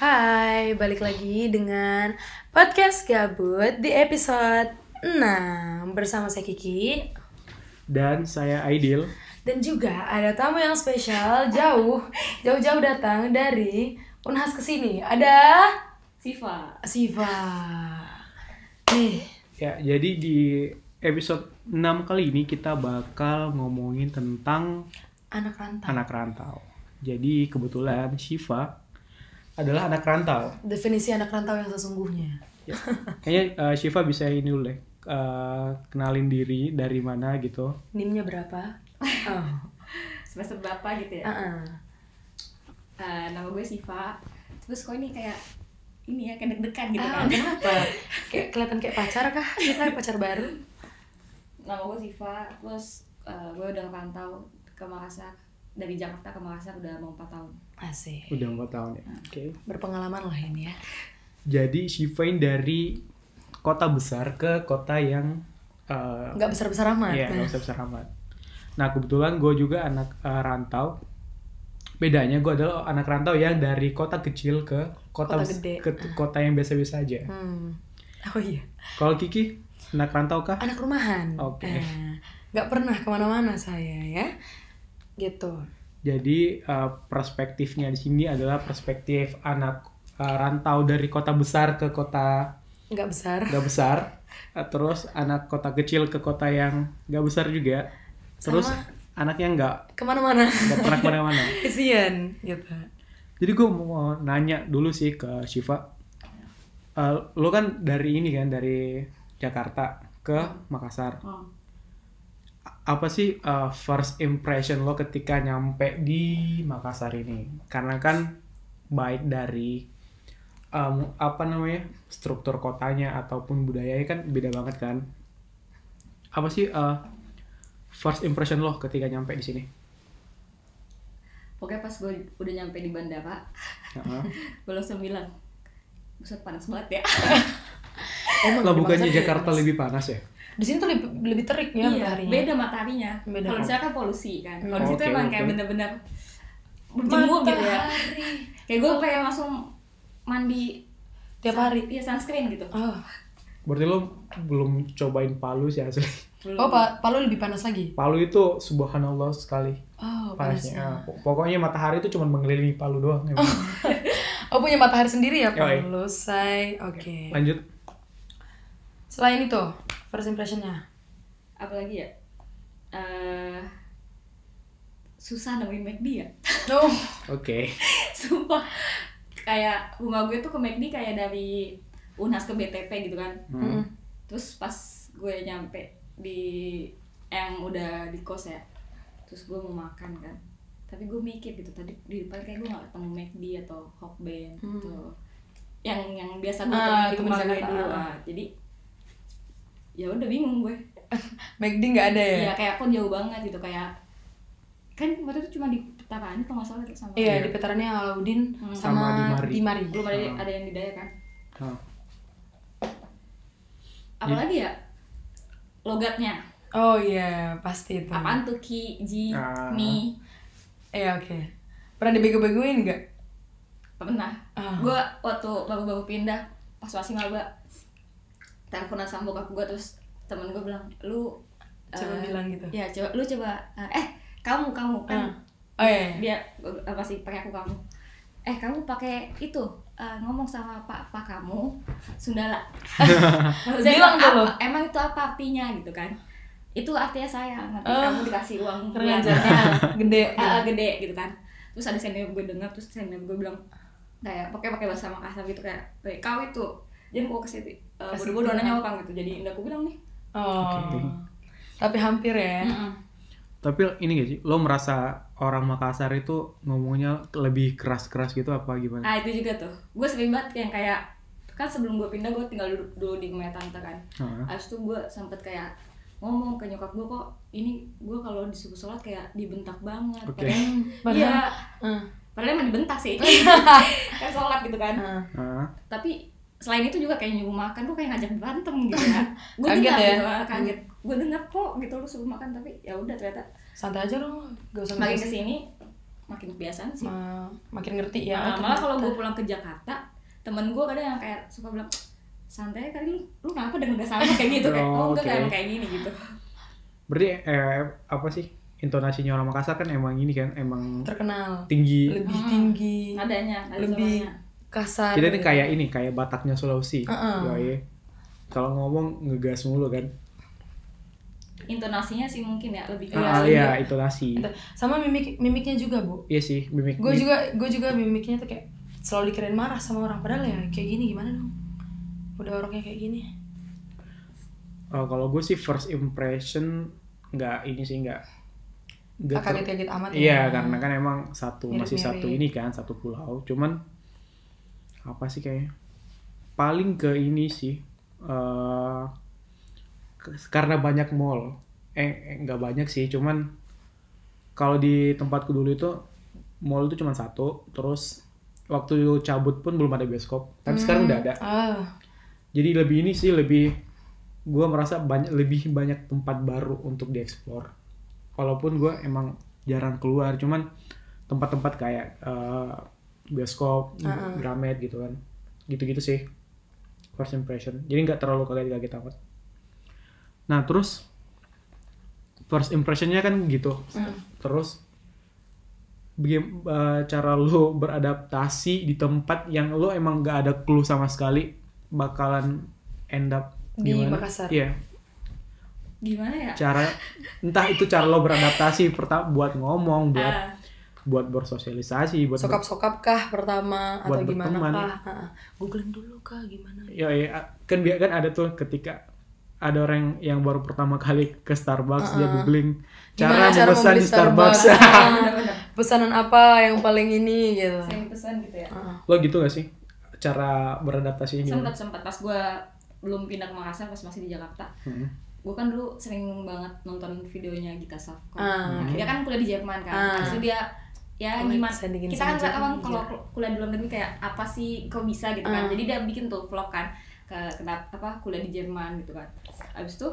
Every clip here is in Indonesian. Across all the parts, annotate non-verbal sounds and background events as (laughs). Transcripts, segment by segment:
Hai, balik lagi dengan podcast gabut di episode 6 bersama saya Kiki Dan saya Aidil. dan juga ada tamu yang spesial jauh jauh-jauh datang dari Unhas kesini ada Siva. Siva. Nih, Ya, jadi di episode 6 kali ini kita bakal ngomongin tentang anak rantau. anak rantau. Jadi kebetulan Shiva adalah anak rantau. Definisi anak rantau yang sesungguhnya. Ya. Kayaknya eh, Shiva bisa ini dulu deh. eh, kenalin diri dari mana gitu. Nimnya berapa? Oh. Semester berapa gitu ya? uh-uh. Eh, nama gue Siva. Terus kok ini kayak ini ya kayak deg-degan gitu Ah, kan. kenapa? Kayak kelihatan kayak pacar kah? Kita pacar baru. (laughs) Nama gue Siva. Terus eh, gue udah rantau ke Makassar dari Jakarta ke Makassar udah mau 4 tahun. Asik. Udah 4 tahun ya. Oke. Berpengalaman lah ini ya. Jadi Shiva ini dari kota besar ke kota yang eh, Nggak besar-besar amat. Iya, Nah. nggak usah besar amat. Nah, kebetulan gue juga anak eh, rantau. Bedanya gue adalah anak rantau yang dari kota kecil ke kota, Kota bes- gede. ke t- kota yang biasa-biasa aja. Hmm. Oh iya, Kalau Kiki, anak rantau kah? anak rumahan. Oke. Nah, nggak pernah kemana-mana saya ya. Gitu. Jadi eh, perspektifnya di sini adalah perspektif anak eh, rantau dari kota besar ke kota Nggak besar. nggak besar, Eh, terus anak kota kecil ke kota yang nggak besar juga, terus Sama. anak yang nggak Kemana-mana. (laughs) nggak pernah kemana-mana. Kesian gitu. Jadi gue mau nanya dulu sih ke Shiva. Eh, lo kan dari ini kan dari Jakarta ke Makassar. Hmm. Oh. A- Apa sih eh, first impression lo ketika nyampe di Makassar ini? Karena kan baik dari em, apa namanya struktur kotanya ataupun budayanya kan beda banget kan. Apa sih eh, first impression lo ketika nyampe di sini? Pokoknya pas gue udah nyampe di bandara, Heeh. belum sembilan. Buset panas banget ya. Oh, Lah, di bukannya Makassar Jakarta Iya, panas. lebih panas ya? Di sini tuh lebih, lebih terik ya mataharinya. Iya, beda mataharinya. Beda. Kalau di sana kan polusi kan. Kalau di Hmm. situ Oke, emang oke. kayak bener-bener berjemur gitu ya. Kayak gue kayak langsung mandi Tiap hari. Iya sunscreen gitu. Oh, Berarti lo belum cobain Palu sih asli. oh pa Palu lebih panas lagi. Palu itu subhanallah sekali Oh, panasnya. panasnya. Pok- Pokoknya matahari itu cuma mengelilingi Palu doang. emang. Oh, punya matahari sendiri ya Yoi. Palu, say. Oke. Lanjut. Selain itu, first impression-nya. (laughs) apalagi ya eh susah nemuin McD ya (laughs) Oh, Oke. sumpah kayak rumah gue tuh ke McD kayak dari Unhas ke BTP gitu kan Hmm. terus pas gue nyampe di yang udah di kos ya terus gue mau makan kan tapi gue mikir gitu tadi di depan kayak gue gak ketemu McD atau Hokben gitu yang yang biasa gue Hmm. Ah, temen temuin di rumah gue Jakarta. dulu ah. jadi ya udah bingung gue McD nggak ada ya? Iya kayak aku jauh banget gitu kayak kan waktu itu cuma di Petaraan kalau nggak salah gitu sama Iya, Iya. di petarannya Alauddin Hmm. sama, Sama Dimari. Dimari. belum ada ada yang di daya kan Nah, apalagi ya logatnya Oh iya, pasti itu. apaan tuh ki ji Ah. mi Iya, oke. Pernah dibego-begoin nggak? pernah Ah. gue waktu baru-baru pindah pas masih maba teleponan sama bokap gue terus temen gue bilang lu Coba eh, bilang gitu. ya coba lu coba eh, eh kamu kamu kan Ah. Oh iya. dia eh, masih pakai aku kamu eh kamu pakai itu eh, ngomong sama pak pak kamu Sundala saya Bilang bilang tuh lo. "Apa- emang itu apa artinya gitu kan itu artinya sayang nanti Oh. kamu dikasih uang Keren bulanan." (laughs) jadinya gede. Iya. Ah, ah, gede gitu kan terus ada senior gue dengar terus senior gue bilang kayak pakai pakai bahasa Makassar gitu kayak "Weh, kau itu jadi gue kasih uh, Kasih bodoh-bodoh tunangan. nanya orang gitu jadi udah aku bilang nih Oh. Oke. Tapi hampir ya. "Mm-mm." Tapi ini gak sih, lo merasa orang Makassar itu ngomongnya lebih keras-keras gitu apa gimana? Ah itu juga tuh. Gue sering banget yang kayak kan sebelum gue pindah gue tinggal dulu, dulu di rumah tante kan. Heeh. Abis itu gue sempet kayak ngomong ke nyokap gue kok ini gue kalau disuruh sholat kayak dibentak banget. Oke. Padahal, Padahal. iya, (laughs) Ah. padahal emang dibentak sih. kayak sholat gitu kan. Ah. Heeh. Tapi selain itu juga kayak nyuruh makan tuh kayak ngajak berantem gitu ya. Gue Kaget dengar ya? gitu, ah, kaget. Gue dengar kok gitu lu suruh makan tapi ya udah ternyata Santai aja dong, gak usah makin ngegas. kesini makin kebiasaan sih Ma- makin ngerti ya. Nah, oh, malah ternyata. kalau gue pulang ke Jakarta temen gue kadang yang kayak suka bilang santai aja, kali lu lu kenapa dengan udah sama kayak gitu kayak oh Oh, enggak oke. kayak kayak gini gitu Berarti eh, apa sih intonasinya orang Makassar kan emang ini kan emang terkenal tinggi. lebih Hmm. tinggi, nadanya nada Lebih- suaranya. kasar. Kita ini kayak ini kayak Bataknya Sulawesi. Uh-uh. Yoi. Kalau ngomong ngegas mulu kan. intonasinya sih mungkin ya lebih Iya, Ah, keras iya, intonasi. sama mimik mimiknya juga, Bu. Iya sih, mimik. Gue juga gue juga mimiknya tuh kayak selalu dikirain marah sama orang padahal ya kayak gini gimana dong? Udah orangnya kayak gini. Eh, kalau gue sih first impression nggak ini sih nggak nggak Ah, ter- Kaget-kaget amat Iya, karena kan emang satu masih Mirip-mirip. satu ini kan, satu pulau. Cuman apa sih kayaknya? Paling ke ini sih. eh, ke- karena banyak mall. Eh, eh, nggak banyak sih, cuman kalau di tempatku dulu itu mall itu cuma satu, terus waktu cabut pun belum ada bioskop. Tapi sekarang udah ada. Ah, Jadi lebih ini sih lebih gue merasa banyak lebih banyak tempat baru untuk dieksplor. Walaupun gue emang jarang keluar, cuman tempat-tempat kayak eh, bioskop, Gramet gitu kan, gitu-gitu sih first impression. Jadi nggak terlalu kaget-kaget amat. Nah terus first impressionnya kan gitu. Hmm. Terus bagaimana cara lo (laughs) beradaptasi di tempat yang lo emang nggak ada clue sama sekali bakalan end up Di gimana? Makassar. Iya. gimana ya Cara entah itu cara lo beradaptasi pertama buat ngomong, buat (laughs) Ah, buat bersosialisasi, buat ber- sokap-sokap kah pertama atau Buat gimana berteman. kah? Ah, ah. Googling dulu kah gimana? Ya, ya, kan bi- kan ada tuh ketika ada orang yang baru pertama kali ke Starbucks dia googling cara, Ah, Gimana cara memesan membeli di Starbucks. (laughs) Starbucks? (laughs) ah, bener-bener. Pesanan apa yang paling ini gitu? sering pesan gitu ya lo gitu gak sih cara gitu. beradaptasinya gimana? sempat sempat pas gue belum pindah ke Makassar pas masih di Jakarta Hmm. gue kan dulu sering banget nonton videonya Gita Safko Ah. Hmm. dia kan kuliah di Jerman kan Ah. Habis itu dia ya Kuliah gimana disandingin kita sama kan Jerman, nggak Iya. Ah. tahu kalau kuliah di luar negeri kayak apa sih kok bisa gitu kan jadi dia bikin tuh vlog kan ke kenapa apa kuliah di Jerman gitu kan abis itu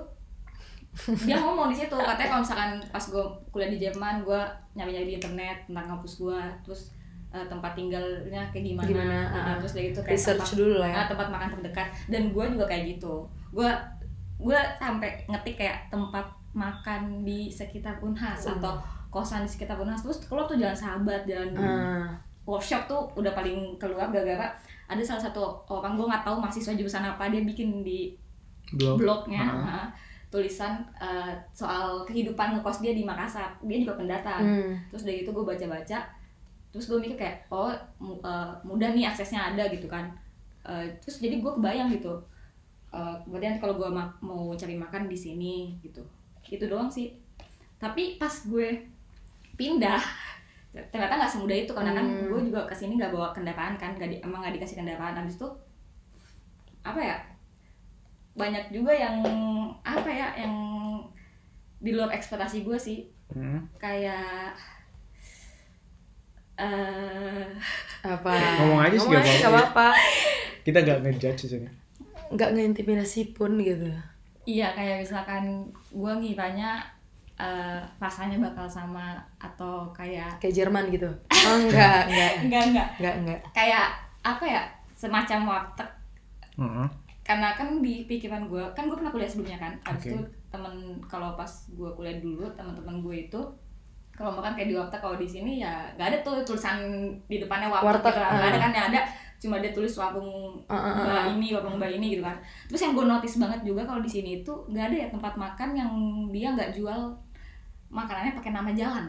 dia ngomong di situ katanya kalau misalkan pas gue kuliah di Jerman gue nyari nyari di internet tentang kampus gue terus eh, tempat tinggalnya kayak gimana, Gimana, Nah, ah. terus kayak gitu kayak Research tempat- dulu lah ya. ah, tempat makan terdekat dan gue juga kayak gitu gue gue sampai ngetik kayak tempat makan di sekitar Unhas Hmm. atau kosan di sekitar Unhas terus keluar tuh jalan sahabat jalan Hmm. Ah. workshop tuh udah paling keluar gara-gara ada salah satu orang gue nggak tahu mahasiswa jurusan apa dia bikin di Belum. blognya Ah. ha, tulisan eh, soal kehidupan ngekos dia di Makassar dia juga pendatang Hmm. terus dari itu gue baca-baca terus gue mikir kayak oh mu- eh, mudah nih aksesnya ada gitu kan Eh, terus jadi gue kebayang gitu Eh, kemudian kalau gue ma- mau cari makan di sini gitu itu doang sih tapi pas gue pindah ternyata nggak semudah itu karena kan gue juga kesini nggak bawa kendaraan kan nggak di- emang nggak dikasih kendaraan habis itu apa ya banyak juga yang apa ya yang di luar ekspektasi gue sih Hmm. kayak eh apa Ngomong aja sih, nggak apa-apa. nggak apa-apa kita gak ngejudge di sini nggak ngeintimidasi pun gitu iya kayak misalkan gue ngiranya eh, rasanya bakal sama atau kayak kayak Jerman gitu oh, enggak (laughs) enggak enggak enggak enggak enggak kayak apa ya semacam warteg Hmm. Heeh. karena kan di pikiran gue kan gue pernah kuliah sebelumnya kan Oke. habis itu temen kalau pas gue kuliah dulu teman-teman gue itu kalau makan kayak di warteg kalau di sini ya nggak ada tuh tulisan di depannya warteg, Warteg, gitu kan. nggak ada ah. kan yang ada cuma dia tulis warung Ah, ah, ah, mbak ini warung mbak ini gitu kan terus yang gue notice banget juga kalau di sini itu nggak ada ya tempat makan yang dia nggak jual makanannya pakai nama jalan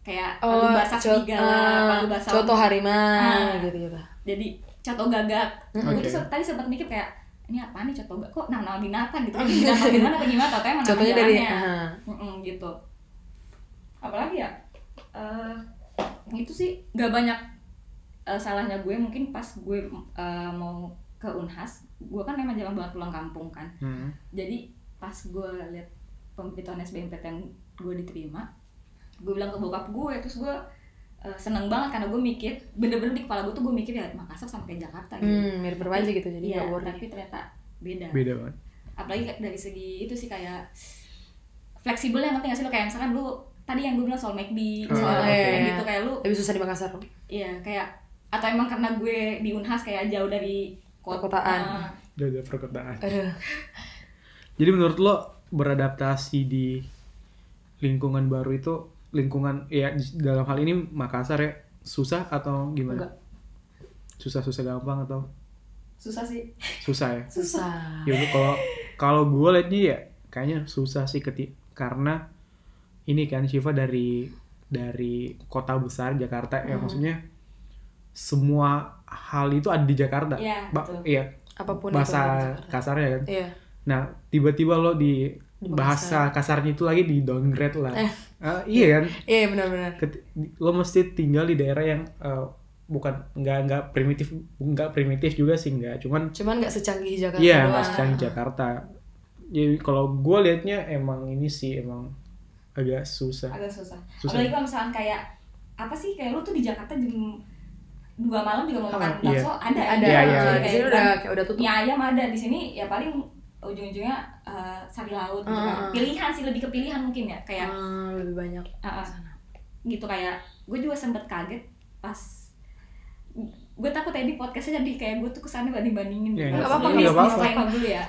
kayak palu basah co- serigala Oh, ah, palu basah coto harimau Ah. gitu gitu jadi coto gagak Mm-mm. gue tuh se- tadi sempat mikir kayak ini apa nih coto gagak kok nama-nama binatang (laughs) gitu kan binatang gimana apa gimana tau emang nama contohnya dari jalannya. ah, Mm-mm, gitu apalagi ya Eh, itu sih gak banyak eh, salahnya gue mungkin pas gue eh, mau ke Unhas gue kan emang jarang banget pulang kampung kan Heeh. jadi pas gue liat pemberitahuan SBMPT yang gue diterima gue bilang ke bokap gue terus gue eh, seneng banget karena gue mikir bener-bener di kepala gue tuh gue mikir ya Makassar sama kayak Jakarta gitu hmm, mirip mirip aja gitu jadi Iya, nggak worry tapi ternyata beda beda banget apalagi kayak dari segi itu sih kayak fleksibel yang penting gak sih lo kayak misalkan lu tadi yang gue bilang soal McD Ah, soal oke. kayak gitu kayak lu Lebih susah di Makassar. iya kayak atau emang karena gue di Unhas kayak jauh dari kota Perkotaan. Ah, Jauh-jauh perkotaan. Aduh. Jadi menurut lo beradaptasi di lingkungan baru itu lingkungan ya di- dalam hal ini Makassar ya susah atau gimana? Enggak. Susah susah gampang atau susah sih susah ya? Susah. Ya gua- kalau kalau gue liatnya ya kayaknya susah sih ketik karena ini kan Shiva dari dari kota besar Jakarta ya Hmm. maksudnya semua hal itu ada di Jakarta. Iya, Ba- betul. iya, Apapun bahasa itu. kasarnya kan. Iya. Nah, tiba-tiba lo di Di bahasa kasarnya itu lagi di downgrade lah. Eh. Ah, iya kan? Iya benar-benar. Ket- lo mesti tinggal di daerah yang eh, bukan nggak nggak primitif nggak primitif juga sih nggak cuman Cuman nggak secanggih Jakarta. iya doang. nggak secanggih Jakarta jadi kalau gue liatnya emang ini sih emang agak susah agak susah. Susah. ya? Apalagi kalau misalkan kayak apa sih kayak lu tuh di Jakarta jam dua malam juga mau makan Ah, iya. bakso ada ya? Iya, Ada. Iya, iya, Di iya. Kayak sini udah kayak udah tutup. mie ayam ada di sini ya paling ujung-ujungnya eh, sari laut gitu kan. Ah, ah. Pilihan sih lebih ke pilihan mungkin ya kayak Ah, lebih banyak. ah, ah. gitu kayak gue juga sempet kaget pas gue takut tadi podcastnya jadi kayak gue tuh gitu. kesannya banding bandingin Ya, nggak apa-apa, Jadi nggak apa-apa. disclaimer dulu ya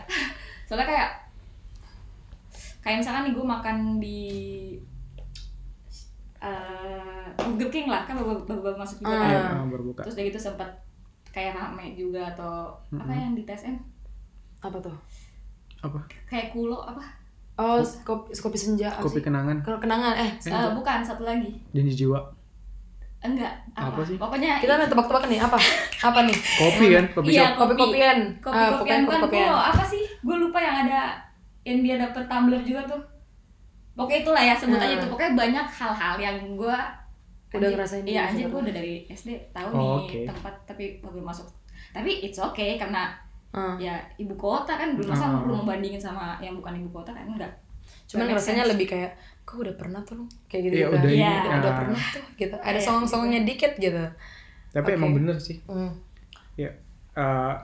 soalnya kayak kayak misalkan nih gue makan di eh Burger King lah kan baru baru- baru masuk juga kan. Iya, ah, baru buka. terus udah gitu sempet kayak rame juga atau apa Mm-mm. yang di TSM Apa tuh? apa kayak kulo apa Oh, kopi, kopi senja. apa kopi sih? kenangan Iya. Kalau kenangan eh Eh, gitu. bukan satu lagi janji jiwa enggak apa, Apa sih? pokoknya kita main tebak-tebakan nih apa? Apa nih? kopi kan kopi Iya, shop Kopi-kopian. Ah, kopi-kopian pokoknya kan kopi-kopian. gua apa sih gue lupa yang ada yang dia dapet tumbler juga tuh pokoknya itulah ya sebutannya Hmm. itu pokoknya banyak hal-hal yang gue Udah ngerasain iya juga anjir juga. gue udah dari SD tahu Oh, nih oke. tempat tapi baru masuk tapi it's okay karena Ah. ya ibu kota kan belum masa Hmm. lu mau bandingin sama yang bukan ibu kota kan enggak Cuman Nggak make rasanya sense. lebih kayak kok udah pernah tuh lu?" kayak gitu. Iya, gitu. udah Kayak, ini, "Udah ah. pernah tuh gitu. Ada Iya. songong-songongnya dikit gitu. tapi Oke. emang bener sih Hmm. ya eh,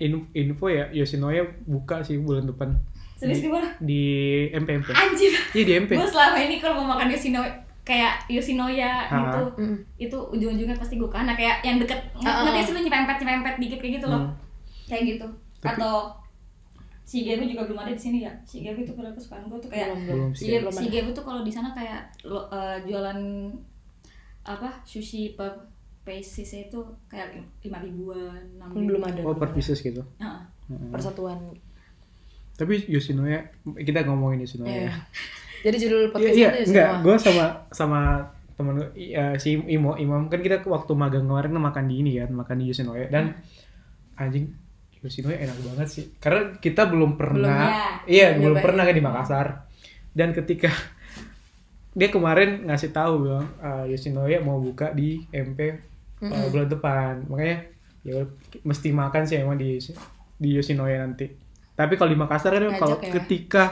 in- info ya Yoshinoya buka sih bulan depan serius di, gimana (laughs) di MPMP anjir iya di MP gue selama ini kalau mau makan Yoshinoya kayak Yoshinoya Ah. gitu Mm. itu ujung-ujungnya pasti gue kanan kayak yang deket nge- Ah, ah. ngerti sih lu nyepempet nyepempet dikit kayak gitu loh Hmm. kayak gitu Tapi- atau si Gebu juga belum ada di sini ya si Gebu itu kalau kesukaan gue tuh kayak belum sih si Gebu, belum si ada. Gebu tuh kalau di sana kayak lo- eh, jualan apa sushi per pieces itu kayak lima ribuan enam ribu Belum ada. oh per Oh, pieces gitu Heeh. Mm-mm. Persatuan. Tapi Yoshinoya, kita ngomongin Yoshinoya. Iya. ya. (laughs) Jadi judul Iya, podcast iya, itu ya enggak. semua. Gue sama sama temen gua, i- eh, si Imo, Imam kan kita waktu magang kemarin makan di ini kan, makan di Yoshinoya dan anjing Yoshinoya enak banget sih. Karena kita belum pernah, Belum, iya Belum belum nyobain. pernah kan di Makassar. Dan ketika (laughs) dia kemarin ngasih tahu bilang eh, Yoshinoya mau buka di MP eh, Mm-mm. bulan depan, makanya ya mesti makan sih emang di di Yoshinoya nanti. Tapi kalau di Makassar kan Ngajak kalau ya. ketika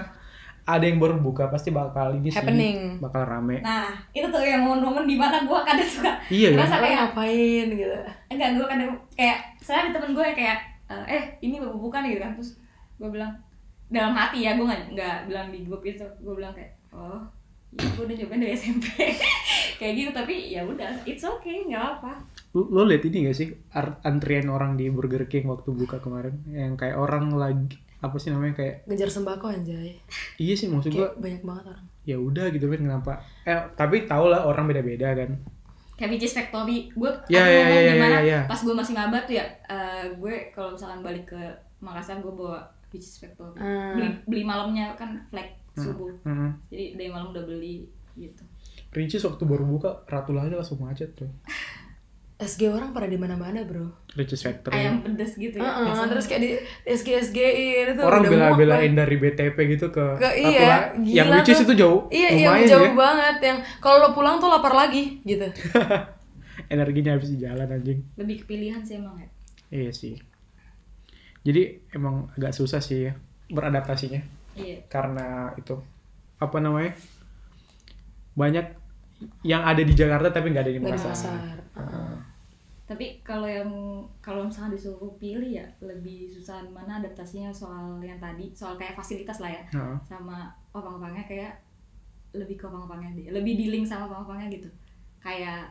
ada yang baru buka pasti bakal ini sih, Happening. bakal rame. nah itu tuh yang momen-momen di mana gue kadang suka Iya, kan? ngerasa Orang kayak ngapain gitu. enggak gue kadang kayak soalnya ada temen gue yang kayak eh, eh ini baru bukan gitu kan terus gue bilang dalam hati ya gue nggak nggak bilang di grup itu gue bilang kayak oh ya gue udah nyobain dari SMP (laughs) kayak gitu tapi ya udah it's okay nggak apa Lu, lu lihat ini gak sih ar- antrian orang di Burger King waktu buka kemarin yang kayak orang lagi apa sih namanya kayak Ngejar sembako anjay. iya sih maksud gua Kayak banyak banget orang. ya udah gitu kan kenapa eh tapi tau lah orang beda-beda kan kayak Bitches Factory gue Ya, ada ya, momen ya, ya, dimana ya, ya. pas gue masih ngabat tuh ya eh, gue kalau misalkan balik ke Makassar gue bawa Bitches Factory Hmm. beli beli malamnya kan flag Hmm. subuh Heeh. jadi dari malam udah beli gitu Ricis waktu baru buka Ratu Lala langsung macet tuh SG orang pada di mana-mana, Bro. Ricis Factory ayam pedes gitu ya Heeh, biasanya. terus kayak di SG SG itu orang udah muak bela-belain dari BTP gitu ke, Ke- Ratu iya, Lala. gila yang Ricis tuh. itu jauh Iya, iya lumayan jauh ya banget yang kalau lo pulang tuh lapar lagi gitu. energinya habis di jalan anjing lebih kepilihan sih emang ya Iya sih. Jadi emang agak susah sih ya beradaptasinya iya karena itu apa namanya banyak yang ada di Jakarta tapi nggak ada di Nggak di Makassar. Ah, Makassar. Heeh. tapi kalau yang kalau misalnya disuruh pilih ya lebih susah mana ah. adaptasinya soal yang tadi soal kayak fasilitas lah ya Heeh. sama orang-orangnya kayak lebih ke pang-pangnya deh lebih di link sama pang-pangnya gitu kayak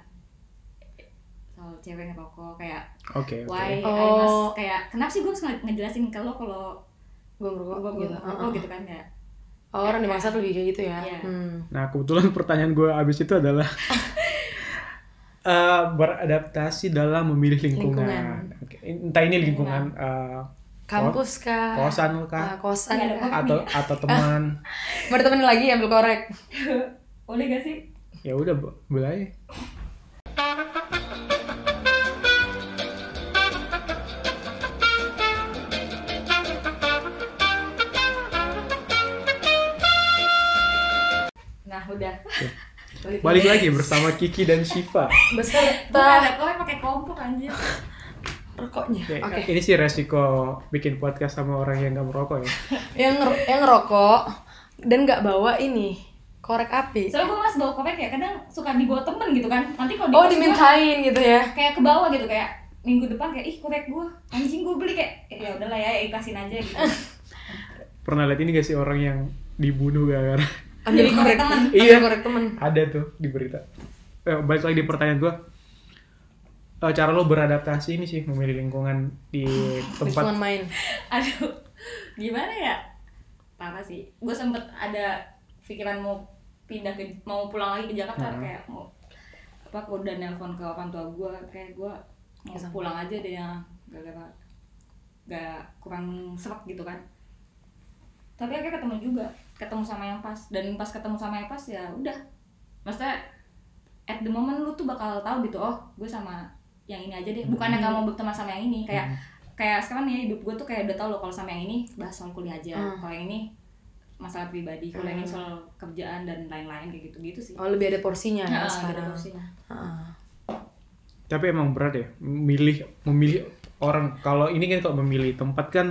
soal cewek ngerokok kayak Oke, oke. why I Oh. must kayak kenapa sih gue harus nge- ngejelasin ke lo kalau Gue merokok gue gitu. gitu. Uh-uh. gitu kan ya Oh, orang dimaksud lebih kayak gitu ya. Iya. Hmm. Nah, kebetulan pertanyaan gue abis itu (laughs) adalah eh, beradaptasi dalam memilih lingkungan. Lingkungan. Oke, Entah ini lingkungan eh, Kampus kah? Ah, kosan kah kosan Iya, ada kah? kosan. atau atau (laughs) teman. Baru temen lagi ya, ambil korek. boleh gak sih ya udah, bo- boleh aja. nah udah (laughs) Oke. Balik Balik lagi bersama Kiki dan Shiva. Gue Beserta ada kok pakai kompor anjir. rokoknya. Ya, Oke. Ini sih resiko bikin podcast sama orang yang gak merokok ya. Yang nger- yang ngerokok dan nggak bawa ini korek api. Soalnya gue mas bawa kopek ya, kadang suka dibawa temen gitu kan. Nanti kalau Oh, kos gua dimintain gitu ya. kayak ke bawah gitu kayak minggu depan kayak ih kopek gue anjing gue beli kayak "Eh, ya udahlah ya ikhlasin aja gitu. Pernah lihat ini gak sih orang yang dibunuh gara-gara (laughs) Ambil Jadi korek korek temen. temen. Iya. Ambil korek temen. ada tuh di berita. Eh, balik lagi di pertanyaan gue. Eh, cara lo beradaptasi ini sih memilih lingkungan di tempat Lingkungan main. (laughs) Aduh, gimana ya? Parah sih. Gue sempet ada pikiran mau pindah ke mau pulang lagi ke Jakarta Hmm. kayak mau apa gue udah nelpon ke orang tua gue kayak gue mau Kesana. pulang aja deh ya gara-gara gak kurang serak gitu kan tapi akhirnya ketemu juga ketemu sama yang pas dan pas ketemu sama yang pas ya udah maksudnya at the moment lu tuh bakal tahu gitu oh gue sama yang ini aja deh bukannya gak mau berteman sama yang ini kayak kayak sekarang ya hidup gue tuh kayak udah tau loh kalau sama yang ini bahas soal kuliah aja Hmm. kalau yang ini masalah pribadi kalau yang ini Hmm. soal kerjaan dan lain-lain kayak gitu gitu sih Oh, lebih ada porsinya Nah, ya, gitu sekarang. porsinya. Heeh. Tapi emang berat ya memilih memilih orang kalau ini kan kalau memilih tempat kan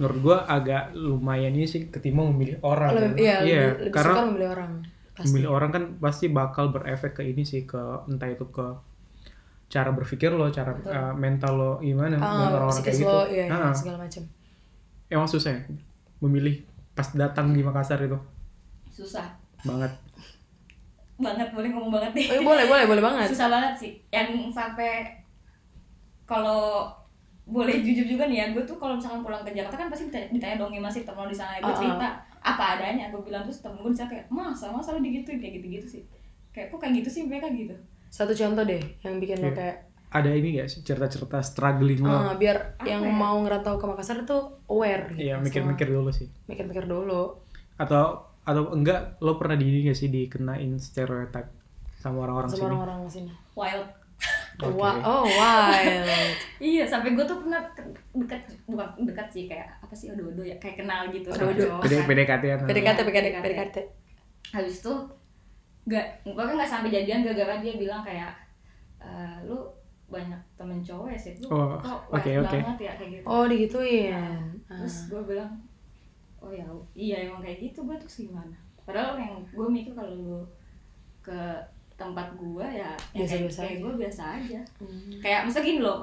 menurut gua agak lumayan ini sih ketimbang memilih orang. Lebih, Iya, iya, lebih, lebih karena suka membeli orang. Pasti. memilih orang kan pasti bakal berefek ke ini sih ke entah itu ke cara berpikir lo, cara Betul. eh, mental lo gimana Ah, dengan orang-orang kayak psikis gitu. lo, iya, iya, Ah, segala macam. emang susah ya memilih pas datang di Makassar itu susah banget. banget boleh ngomong banget deh Oh, iya, boleh, boleh, boleh banget. susah banget sih yang sampai kalau boleh jujur juga nih ya gue tuh kalau misalkan pulang ke Jakarta kan pasti ditanya, ditanya dong "Ya, masih temen lo di sana gue Ah, cerita apa adanya gue bilang terus temen gue di sana kayak masa masa lu digituin kayak gitu gitu sih kayak kok kayak gitu sih mereka gitu Satu contoh deh yang bikin lo Iya. kayak Ada ini gak sih cerita-cerita struggling lo? ah, biar Apa yang ya? mau ngerantau ke Makassar tuh aware gitu. Iya, sama- mikir-mikir dulu sih. mikir-mikir dulu. atau atau enggak lo pernah di ini gak sih dikenain stereotip sama orang-orang sama sini orang-orang sini. wild Oke. Wa- oh, (laughs) wild. iya sampai gue tuh pernah ke- dekat bukan dekat sih kayak apa sih odo-odo ya kayak kenal gitu Odo-odo. cowok PD, kan. PDKT -an. PDKT, PDKT, PDKT. PDKT. habis itu nggak gue kan nggak sampai jadian gara-gara dia bilang kayak "Eh, lu banyak temen cowok ya sih lu Oh, kok oke, wild oke. banget ya kayak gitu Oh, Ah. digituin. Nah, terus gue bilang oh ya iya emang kayak gitu gue terus gimana padahal yang gue mikir kalau lu ke tempat gue ya ya kayak, Biasa-biasa kayak aja. gue biasa aja Hmm. kayak maksudnya gini loh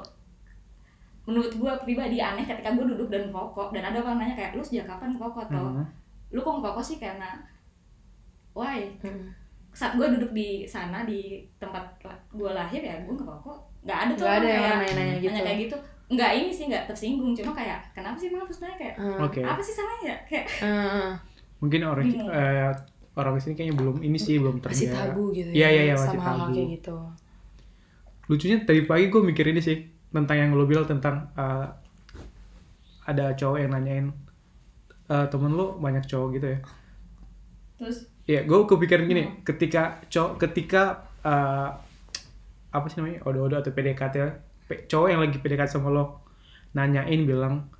menurut gue pribadi aneh ketika gue duduk dan merokok dan ada orang nanya kayak lu sejak kapan merokok atau Hmm. lu kok merokok sih karena why Hmm. saat gue duduk di sana di tempat gue lahir ya gue merokok nggak ada tuh Nggak ada orang yang kayak nanya-nanya gitu. nanya kayak gitu nggak ini sih nggak tersinggung cuma kayak kenapa sih malah terus nanya kayak Hmm. oke apa sih salahnya kayak Hmm. mungkin orang Bingung. eh, orang sini kayaknya belum ini sih belum iya. Masih terbiasa tabu gitu Iya, ya. iya, iya, masih sama hal-hal tabu. kayak gitu. lucunya tadi pagi gue mikir ini sih tentang yang lo bilang tentang eh, ada cowok yang nanyain eh, temen lo banyak cowok gitu ya terus Iya, gue kepikiran gini, Hmm. ketika cowok, ketika eh, apa sih namanya, odo-odo atau PDKT, pe- cowok yang lagi PDKT sama lo nanyain bilang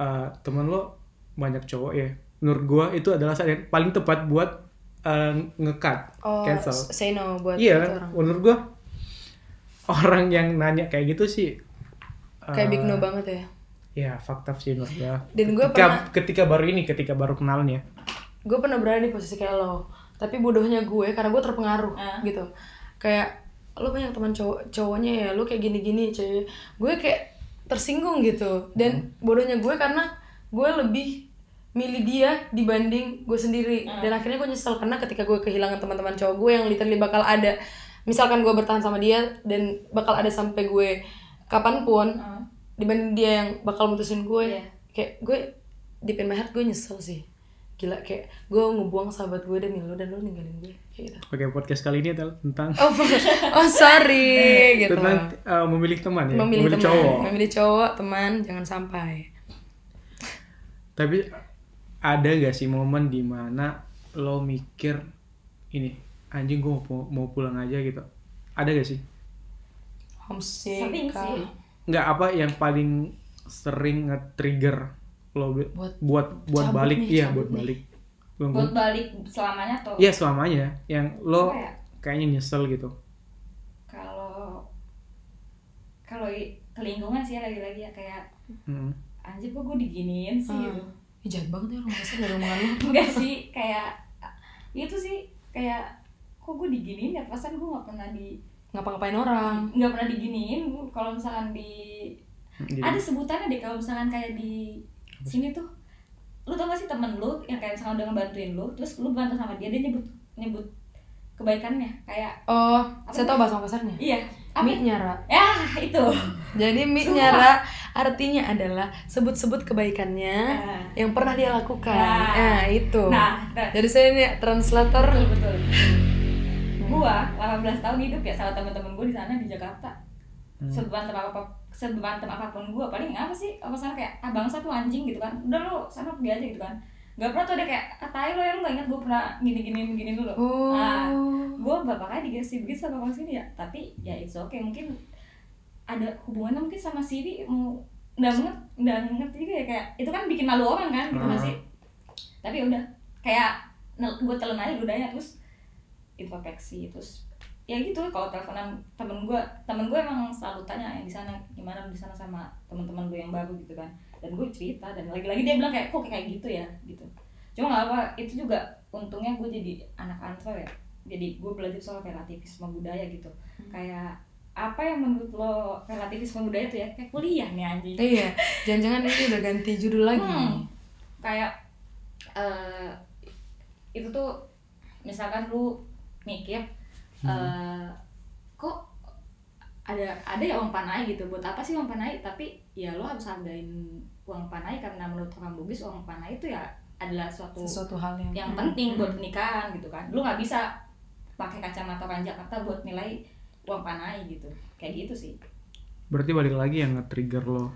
eh, temen lo banyak cowok ya. Menurut gue itu adalah saat yang paling tepat buat eh, ngekat, Oh, cancel. say no buat itu Iya, orang. menurut gue orang yang nanya kayak gitu sih. Kayak big no eh, banget ya. Iya, fakta sih menurut gue. Dan gue ketika, pernah- ketika baru ini, ketika baru kenalan ya. gue pernah berada di posisi kayak lo tapi bodohnya gue karena gue terpengaruh Ah. gitu kayak lo banyak teman cowok cowoknya ya lo kayak gini-gini cewek gue kayak tersinggung gitu dan bodohnya gue karena gue lebih milih dia dibanding gue sendiri dan akhirnya gue nyesel karena ketika gue kehilangan teman-teman cowok gue yang literally bakal ada misalkan gue bertahan sama dia dan bakal ada sampai gue kapanpun Heeh. dibanding dia yang bakal mutusin gue Iya. kayak gue di my heart gue nyesel sih gila kayak gue ngebuang sahabat gue demi lu dan lu ninggalin gue kayak gitu Oke, podcast kali ini adalah tentang (laughs) oh, oh sorry gitu tentang uh, memilih teman ya, memilih, teman cowok. memilih cowok teman jangan sampai Tapi ada gak sih momen dimana lo mikir ini anjing gue mau, pu- mau pulang aja gitu? Ada gak sih? homesick kan. sering sih kali. Nggak apa yang paling sering nge-trigger lo be- Buat- buat buat cabut balik, nih, iya cabut buat nih. balik. Gua- Hmm. gua- buat balik selamanya tuh Ya. Iya selamanya yang lo Apa ya? kayaknya nyesel gitu. kalau kalau i- kelingkungan sih ya lagi-lagi ya kayak Mm. anjir kok gue diginiin sih Hmm. gitu Ih, jahat banget ya orang kasar dari omongan lu enggak sih kayak itu sih kayak kok gue diginiin ya perasaan gue nggak pernah di ngapa-ngapain orang nggak pernah diginiin Gua kalau misalkan di Mm, Jadi, ada sebutannya deh kalau misalkan kayak di sini tuh lu tau gak sih temen lu yang kayak misalkan udah ngebantuin lu terus lu bantu sama dia dia nyebut nyebut kebaikannya kayak oh saya tahu bahasa orang kasarnya iya Mi apa nyara ya itu jadi mi Sumpah. nyara artinya adalah sebut-sebut kebaikannya Nah. yang pernah dia lakukan Nah. nah itu nah nah, jadi saya ini translator betul betul Hmm. gua 18 tahun hidup ya sama temen-temen gua di sana di Jakarta Hmm. sebantem apa sebantem apapun gua paling apa sih apa sana kayak abang satu anjing gitu kan udah lu sana pergi aja gitu kan nggak pernah tuh ada kayak katain lo ya lu nggak ingat gua pernah gini gini gini dulu oh Nah, gue berapa kali digasih begitu sama orang sini ya tapi ya it's okay mungkin ada hubungannya mungkin sama si Wi mau nggak mengerti nggak ngerti juga ya kayak itu kan bikin malu orang kan gitu nggak Hmm. sih tapi ya udah kayak gue telan aja ludahnya terus introspeksi terus ya gitu kalau teleponan temen gue temen gue emang selalu tanya yang di sana gimana di sana sama teman-teman gue yang baru gitu kan dan gue cerita dan lagi-lagi dia bilang kayak kok kayak gitu ya gitu cuma nggak apa itu juga untungnya gue jadi anak antro ya jadi gue belajar soal relativisme budaya gitu kayak apa yang menurut lo relativisme budaya itu ya kayak kuliah nih anjing iya jangan-jangan ini udah ganti judul lagi Hmm. kayak eh, itu tuh misalkan lu mikir eh, kok ada ada ya uang panai gitu buat apa sih uang panai tapi ya lo harus hargain uang panai karena menurut orang Bugis uang panai itu ya adalah suatu sesuatu Hmm. hal yang yang penting buat pernikahan gitu kan lu nggak bisa pakai kacamata orang Jakarta buat nilai uang panai gitu kayak gitu sih berarti balik lagi yang nge-trigger lo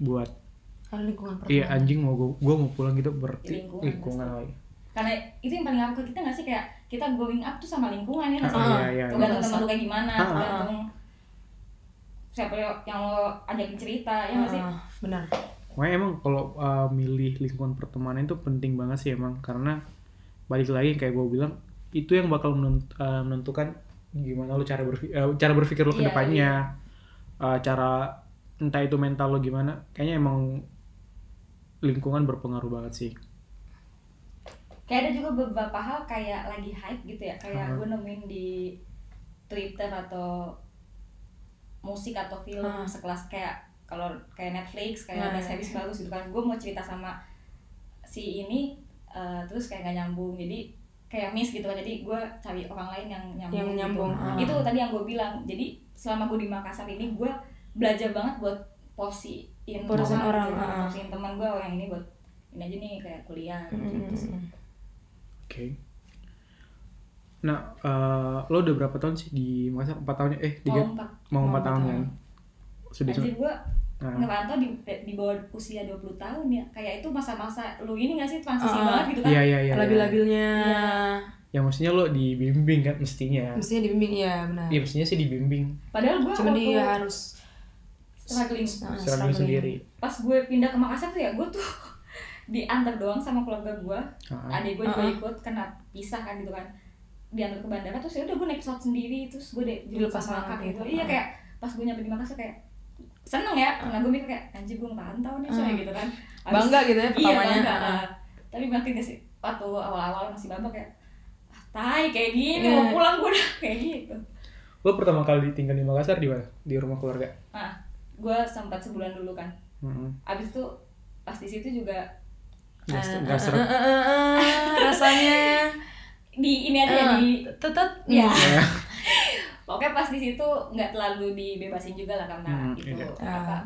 buat Karena lingkungan pertemanan iya anjing mau gue mau pulang gitu berarti Lingkungan, lingkungan pasti. lagi. karena itu yang paling ngaruh ke kita nggak sih kayak kita growing up tuh sama lingkungan ya nggak Ah, sih? Ah, iya, iya, iya. tergantung teman lu kayak gimana Ah. tergantung siapa yo- yang lo ajakin cerita ya nggak sih Ah, benar Makanya emang kalau uh, milih lingkungan pertemanan itu penting banget sih emang karena balik lagi kayak gue bilang itu yang bakal menent- uh, menentukan gimana lo cara berfi- uh, cara berpikir lo Iya, ke depannya Uh, cara entah itu mental lo gimana kayaknya emang lingkungan berpengaruh banget sih kayak ada juga beberapa hal kayak lagi hype gitu ya Ah. kayak gue nemuin di Twitter atau musik atau film Ah. sekelas kayak kalau kayak Netflix kayak Ah, ada iya, series bagus gitu kan gue mau cerita sama si ini eh, terus kayak gak nyambung jadi kayak miss gitu kan jadi gue cari orang lain yang nyambung, Yang gitu. nyambung, ah. itu tadi yang gue bilang jadi selama gue di Makassar ini gue belajar banget buat posiin Posiin orang, gitu. ah. Hmm. posiin teman gue orang ini buat ini aja nih kayak kuliah gitu, Iya, sih Mm-mm. oke nah uh, lo udah berapa tahun sih di masa empat tahunnya eh mau tiga empat mau mau empat empat tahun tahun. kan sudah Anjir gue Hmm. nah. ngerantau di, di bawah usia 20 tahun ya Kayak itu masa-masa lu ini gak sih transisi Ah, banget gitu kan Iya iya iya. iya. labil-labilnya Iya. Yang maksudnya lo dibimbing kan mestinya. mestinya dibimbing iya benar Iya mestinya sih dibimbing Padahal gue cuma waktu dia harus struggling iya. nah, secara diri sendiri. Pas gue pindah ke Makassar tuh ya gue tuh (laughs) diantar doang sama keluarga gue Ah, Adik gue Ah. juga ikut kena pisah kan gitu kan Diantar ke bandara terus ya udah gue naik pesawat sendiri Terus gue deh Dilepas banget sama kakak gitu. gue Iya Ah. kayak pas gue nyampe di Makassar kayak seneng ya karena gue mikir kayak anjir gue ngerantau nih coy Ah. gitu kan Habis- bangga gitu ya Iya pertamanya bangga. Ah, Tapi berarti gak sih waktu awal-awal masih babak kayak ah, tai kayak gini Iya. mau pulang gue udah (laughs) kayak gitu. Lo pertama kali tinggal di Makassar di mana? Di rumah keluarga. Nah, gue sempat sebulan dulu kan. Mm-mm. Abis itu pas di situ juga Nggak ser- nggak ser- (laughs) Eh, eh, eh, eh, (laughs) rasanya Ah, di ini aja ya, di tetep ya ya. pokoknya pas di situ nggak terlalu dibebasin juga lah karena Hmm, itu iya. apa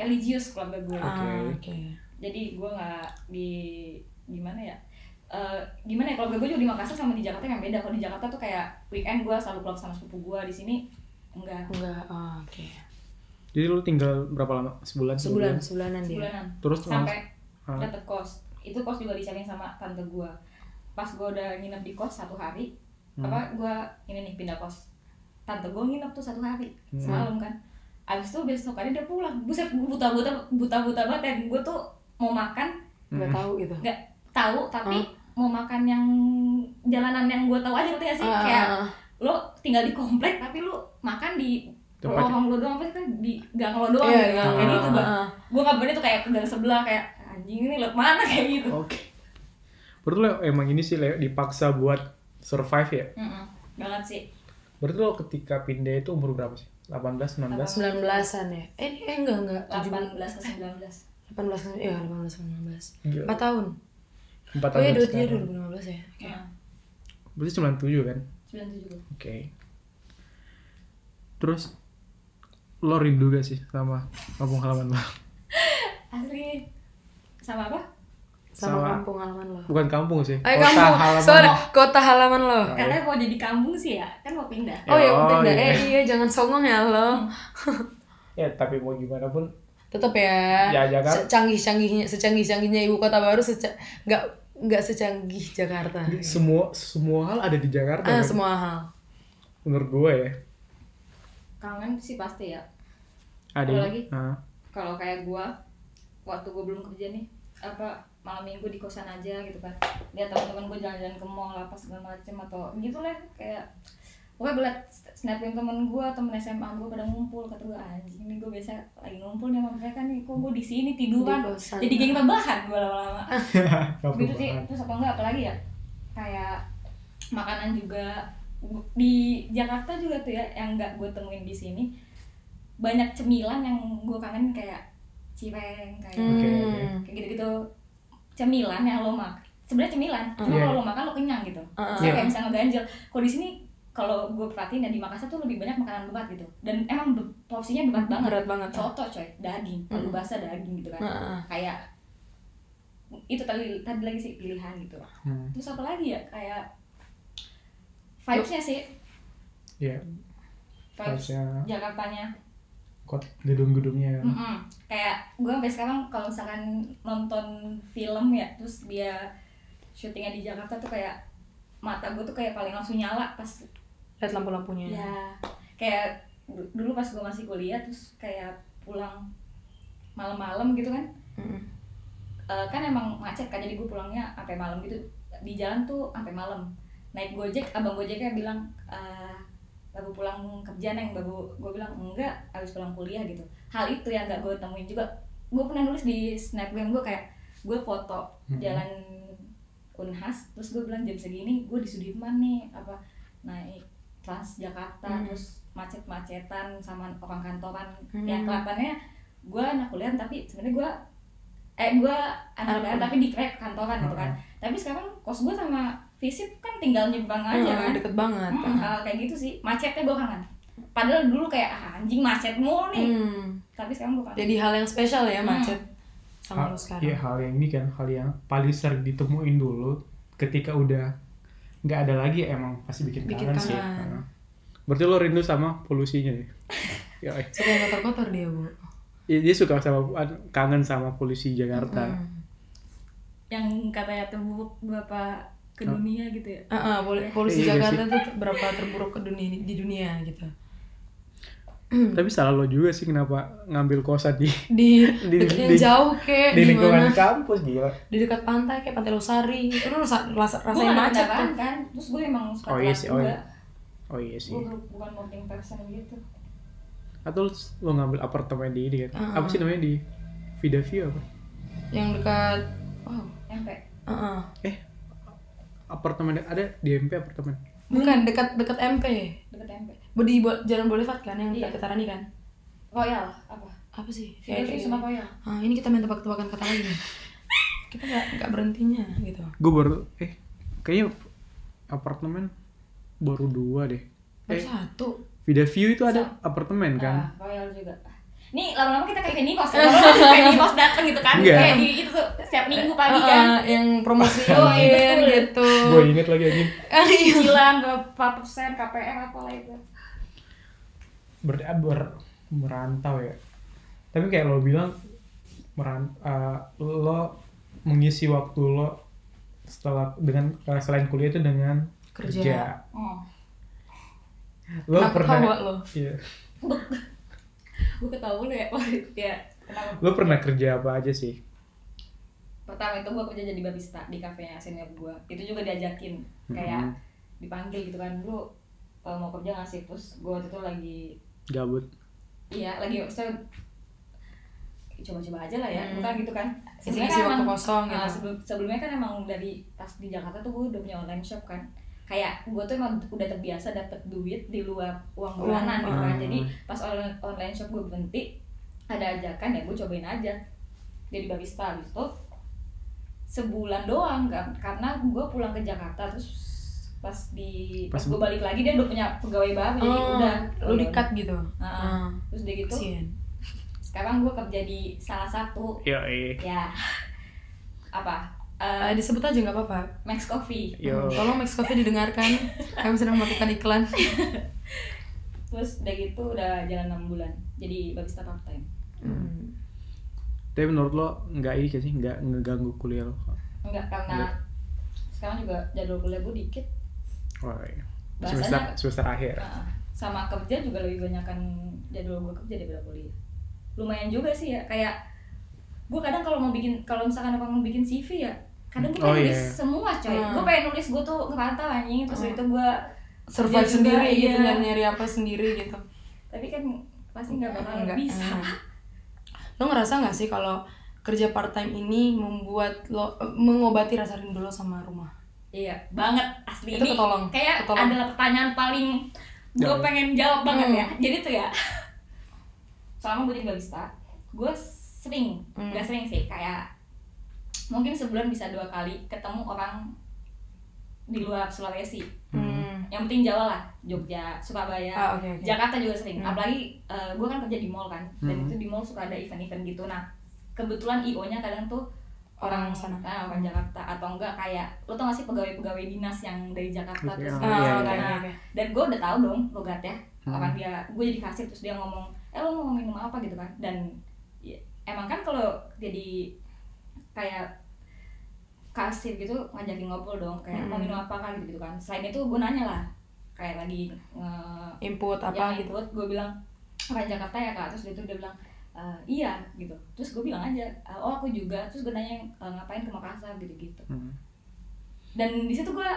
religius keluarga gue Ah, Oke. oke jadi gue nggak di gimana ya Eh gimana ya keluarga gue juga di Makassar sama di Jakarta yang beda kalau di Jakarta tuh kayak weekend gue selalu pulang sama sepupu gue di sini enggak enggak ah, oke Jadi lu tinggal berapa lama? Sebulan? sebulan sebulanan dia sebulanan Terus sampai Ah. dapet kos itu kos juga disiapin sama tante gue pas gue udah nginep di kos satu hari Hmm. apa gue ini nih pindah kos tante gue nginep tuh satu hari Hmm. Hmm. semalam kan abis itu besok hari dia pulang buset buta buta buta buta banget dan gue tuh mau makan Hmm. nggak tahu gitu nggak tahu tapi mau makan yang jalanan yang gue tahu aja ngerti gak sih Ah, kayak iya, ah, ah. lo tinggal di komplek tapi lo makan di Tempat- lorong lo doang apa sih kan di gang lo doang Iya, gitu. gang. kayak gitu gue Ah. gue kabarnya tuh kayak ke gang sebelah kayak anjing ini lewat mana (laughs) kayak gitu Oh. Oke. Berarti lo emang ini sih Leo dipaksa buat survive ya? Oh. Mm-mm, banget sih Berarti lo ketika pindah itu umur berapa sih? 18, Ah. 19? 19-an ya eh, eh enggak enggak 18 ke 19 18 ya 18 19 Gila. 4 tahun 4 oh iya tahun dua dia sekarang. 2015 ya oke Nah, Berarti 97 kan? 97 Oke. Terus lo rindu gak sih sama kampung halaman lo? asli sama apa? sama, Sama- kampung halaman lo Bukan kampung sih, eh kampung halaman sorry lo. kota halaman lo Karena mau jadi kampung sih ya, kan mau pindah. oh iya Oh, pindah iya. eh iya jangan songong ya lo Ya tapi mau gimana pun tetap ya, Ya, Jakarta. canggih canggihnya secanggih canggihnya ibu kota baru seca nggak nggak secanggih Jakarta semua semua hal ada di Jakarta. ah kan? semua hal Menurut gue ya. Kangen sih pasti ya. Ada. Apa lagi? Ah. Kalau kayak gua waktu gua belum kerja nih, apa malam minggu di kosan aja gitu kan. Lihat teman-teman gua jalan-jalan ke mall apa segala macem atau gitu lah kayak Pokoknya gue liat snapgram temen gue, temen SMA gue pada ngumpul Kata gue, anjing nih gue biasa lagi ngumpul nih sama mereka nih Kok gue di sini tiduran Di kosan. Ah, Jadi geng tambahan gue lama-lama Ah, Kampung gitu sih banget. terus apa enggak apalagi ya kayak makanan juga di Jakarta juga tuh ya yang nggak gue temuin di sini banyak cemilan yang gue kangen kayak cireng kayak Oke, oke. Hmm. kayak gitu-gitu cemilan yang lo makan sebenarnya cemilan cuma Iya. kalau lo makan lo kenyang gitu Uh-uh. Terus Iya. kayak bisa ngeganjel kalau di sini kalau gue perhatiin ya di Makassar tuh lebih banyak makanan berat gitu dan emang be- porsinya berat banget Berat banget. coto coy daging kalau Mm. bahasa daging gitu kan Heeh. kayak itu tadi tadi lagi sih pilihan gitu Hmm. terus apa lagi ya kayak vibesnya sih Iya. vibes Vibes-nya. Jakartanya Kot gedung-gedungnya. Hmm, Mm-mm. kayak gue sampai sekarang kalau misalkan nonton film ya terus dia syutingnya di Jakarta tuh kayak mata gue tuh kayak paling langsung nyala pas lihat lampu-lampunya ya kayak du- dulu pas gue masih kuliah terus kayak pulang malam-malam gitu kan Mm-mm. Eh, kan emang macet kan jadi gue pulangnya sampai malam gitu di jalan tuh sampai malam naik gojek abang gojeknya bilang eh baru pulang kerja neng baru gue bilang enggak habis pulang kuliah gitu hal itu yang gak gue temuin juga gue pernah nulis di snapgram gue kayak gue foto Mhm. jalan unhas terus gue bilang jam segini gue di Sudirman nih apa naik trans Jakarta Mhm. terus macet-macetan sama orang kantoran Mhm. yang kelihatannya gue anak kuliah tapi sebenarnya gue eh gue anak Anak kuliah tapi di kayak kantoran gitu kan tapi sekarang kos gue sama visip kan tinggal nyebrang aja Heeh, kan deket banget Nah, Hmm, hal kayak gitu sih macetnya gue kangen padahal dulu kayak ah, anjing macet mulu nih Hmm. tapi sekarang gue kangen jadi hal yang spesial ya Hmm. macet sama lo Hal- sekarang Iya hal yang ini kan hal yang paling sering ditemuin dulu ketika udah nggak ada lagi ya emang pasti bikin, Bikin kangen, sih. kangen. Heeh. Berarti lo rindu sama (laughs) polusinya ya? ya eh. suka yang kotor-kotor dia bu Iya, dia suka sama kangen sama polusi Jakarta. Hmm. yang katanya terburuk berapa ke dunia gitu ya Heeh, pol- polusi Iya Jakarta tuh berapa terburuk ke dunia di dunia gitu Tapi salah lo juga sih kenapa ngambil kosan di di, Di- deket yang di- jauh kayak Eh, di di lingkungan mana kampus gila. di dekat pantai kayak pantai Losari itu lu rasa, rasa- gue rasain anak macet kendaraan tuh kan terus gue emang suka Oh iya telat sih, juga oh iya. Oh iya sih. gue bukan morning person gitu Atau lo, lo ngambil apartemen di ini kan? Heeh. Apa sih namanya di Vida View apa? yang dekat wow MP Hmm. Heeh. Eh apartemen ada di MP apartemen. bukan dekat dekat MP deket MP di Bo- Jalan Boulevard kan yang Iya. dekat Tarani kan Royal apa apa sih View Kayak- sama Iya, Royal Ah, ini kita main tebak-tebakan kata lagi nih. kita nggak nggak berhentinya gitu gue baru eh kayaknya apartemen baru dua deh baru eh satu Vida View itu ada apartemen Nah, kan Royal juga. Nih lama-lama kita kayak Nikos, ya. (laughs) lama-lama kayak Nikos dateng gitu kan, Enggak. kayak gini gitu tuh setiap minggu pagi Eh, kan, eh, yang promosiin Betul. gitu Ah, iya. gue inget lagi aja cicilan berapa persen KPR apa lah itu. ber, eh, ber- merantau ya tapi kayak lo bilang meran, eh, lo mengisi waktu lo setelah dengan eh, selain kuliah itu dengan Kerja. kerja, Oh, lo Kenapa pernah ketawa lo? Iya. gue ketahui lu ya, (laughs) waktu itu ya. Kenapa? lo pernah kerja apa aja sih pertama itu gue kerja jadi barista di kafenya senior gue itu juga diajakin Mhm. kayak dipanggil gitu kan lu eh, mau kerja nggak sih terus gue waktu itu lagi gabut iya lagi maksudnya coba-coba aja lah ya Hmm. bukan gitu kan Isi-isi waktu kosong gitu. ah, sebelum- sebelumnya kan emang dari pas di Jakarta tuh gue udah punya online shop kan kayak gue tuh emang udah terbiasa dapet duit di luar uang Uang. ah. bulanan gitu kan Hmm. jadi pas online online shop gue berhenti ada ajakan ya gue cobain aja jadi barista abis itu sebulan doang kan karena gue pulang ke Jakarta terus pas di pas, Pas gue balik lagi dia udah punya pegawai baru jadi Oh, udah lu di cut gitu Heeh. Ah, terus dia gitu kasihan. sekarang gue kerja di salah satu yo eh. ya apa Eh, Eh disebut aja nggak apa-apa Max Coffee yo Tolong Max Coffee (laughs) didengarkan. Kami sedang melakukan iklan. terus udah gitu udah jalan enam bulan jadi barista part time tapi menurut lo nggak ini kayak sih nggak ngeganggu kuliah lo enggak Iya. karena sekarang juga jadwal kuliah gue dikit oh, iya. Bahasanya- semester semester akhir Nah, sama kerja juga lebih banyak kan jadwal gue kerja daripada kuliah lumayan juga sih ya kayak gue kadang kalau mau bikin kalau misalkan apa mau bikin CV ya kadang gue Oh, pengen iya. nulis semua coy Hmm. gue pengen nulis gue tuh ngerantau anjing terus Hmm. itu gue Survive kerja juga, sendiri gitu, iya. nyari, nyari apa sendiri gitu. tapi kan pasti nggak bakal Enggak, bisa enggak. Hmm. Lo ngerasa nggak sih kalau kerja part time ini membuat lo eh, mengobati rasa rindu lo sama rumah? Iya, banget asli Itu ini. ketolong, Kayak ketolong. adalah pertanyaan paling gue Jawab. pengen jawab banget Hmm. ya. Jadi tuh ya, selama gue jadi barista, gue sering, Hmm. nggak sering sih, kayak mungkin sebulan bisa dua kali ketemu orang di luar Sulawesi. Hmm. Yang penting Jawa lah, Jogja, Surabaya, Ah, oke, oke. Jakarta juga sering. Hmm. Apalagi gue kan kerja di mall kan, dan Hmm. itu di mall suka ada event-event gitu. Nah, kebetulan IO-nya kadang tuh Orang orang sana. ah, orang Jakarta atau enggak kayak lo tau gak sih pegawai-pegawai dinas yang dari Jakarta Oke, terus Ah, ah, iya, oke, Nah, oke, oke. dan gue udah tahu dong logatnya Hmm. orang dia gue jadi kasir terus dia ngomong eh lo mau minum apa gitu kan dan ya, emang kan kalau jadi kayak kasir gitu ngajakin ngobrol dong kayak mau Hmm. minum apa kan gitu kan selain itu gue nanya lah kayak lagi nge- Input apa yang gitu? gitu gue bilang orang Jakarta ya kak terus dia tuh dia bilang "Eh, iya gitu terus gue bilang aja "Eh, oh aku juga terus gue nanya "Eh, ngapain ke Makassar gitu gitu Hmm. dan di situ gue